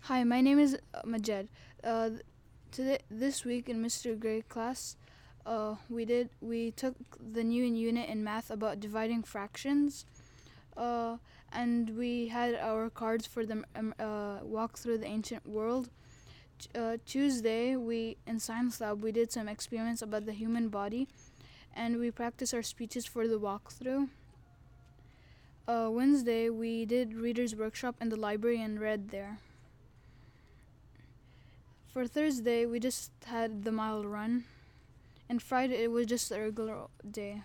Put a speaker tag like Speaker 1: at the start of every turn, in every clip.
Speaker 1: Hi, my name is uh, Majed. Uh, th- today, this week in Mr. Gray class, uh, we did we took the new unit in math about dividing fractions, uh, and we had our cards for the um, uh, walk through the ancient world. Ch- Uh, Tuesday, we in science lab we did some experiments about the human body, and we practiced our speeches for the walkthrough. Uh, Wednesday, we did readers workshop in the library and read there. For Thursday, we just had the mile run, and Friday it was just a regular day.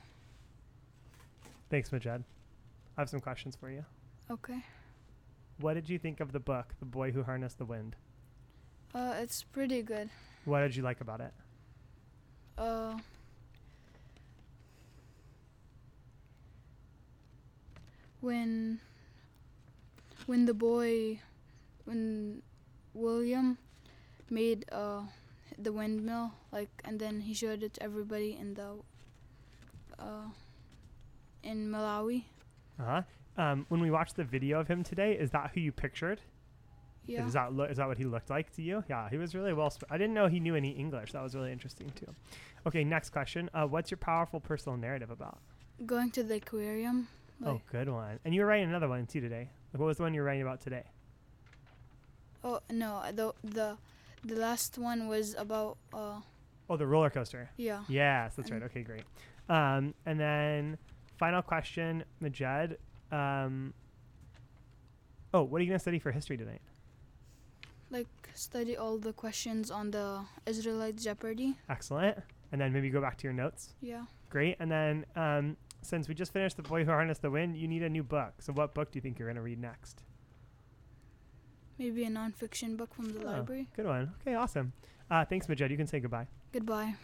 Speaker 2: Thanks, Majed. I have some questions for you.
Speaker 1: Okay.
Speaker 2: What did you think of the book, The Boy Who Harnessed the Wind?
Speaker 1: Uh, it's pretty good.
Speaker 2: What did you like about it?
Speaker 1: Uh, when when the boy when William made uh the windmill like and then he showed it to everybody in the uh in Malawi.
Speaker 2: Uh huh. Um, when we watched the video of him today, is that who you pictured?
Speaker 1: Yeah.
Speaker 2: Is that lo- is that what he looked like to you? Yeah, he was really well. Sp- I didn't know he knew any English. That was really interesting too. Okay, next question. Uh, what's your powerful personal narrative about?
Speaker 1: Going to the aquarium.
Speaker 2: Oh,
Speaker 1: Like,
Speaker 2: good one. And you were writing another one too today. Like, what was the one you were writing about today?
Speaker 1: oh. no, the the the last one was about uh
Speaker 2: Oh, the roller coaster.
Speaker 1: yeah.
Speaker 2: Yes, that's right.
Speaker 1: Um,
Speaker 2: Okay, great. Um, and then final question, Majed. Um, oh, what are you gonna study for history tonight?
Speaker 1: Like study all the questions on the Israelite Jeopardy.
Speaker 2: Excellent. And then maybe go back to your notes.
Speaker 1: Yeah.
Speaker 2: Great. And then um, since we just finished the boy who harnessed the wind, you need a new book. So what book do you think you're gonna read next?
Speaker 1: Maybe a nonfiction book from the
Speaker 2: Oh.
Speaker 1: library.
Speaker 2: Good one. Okay, awesome. Uh, thanks, Majed. You can say goodbye.
Speaker 1: Goodbye.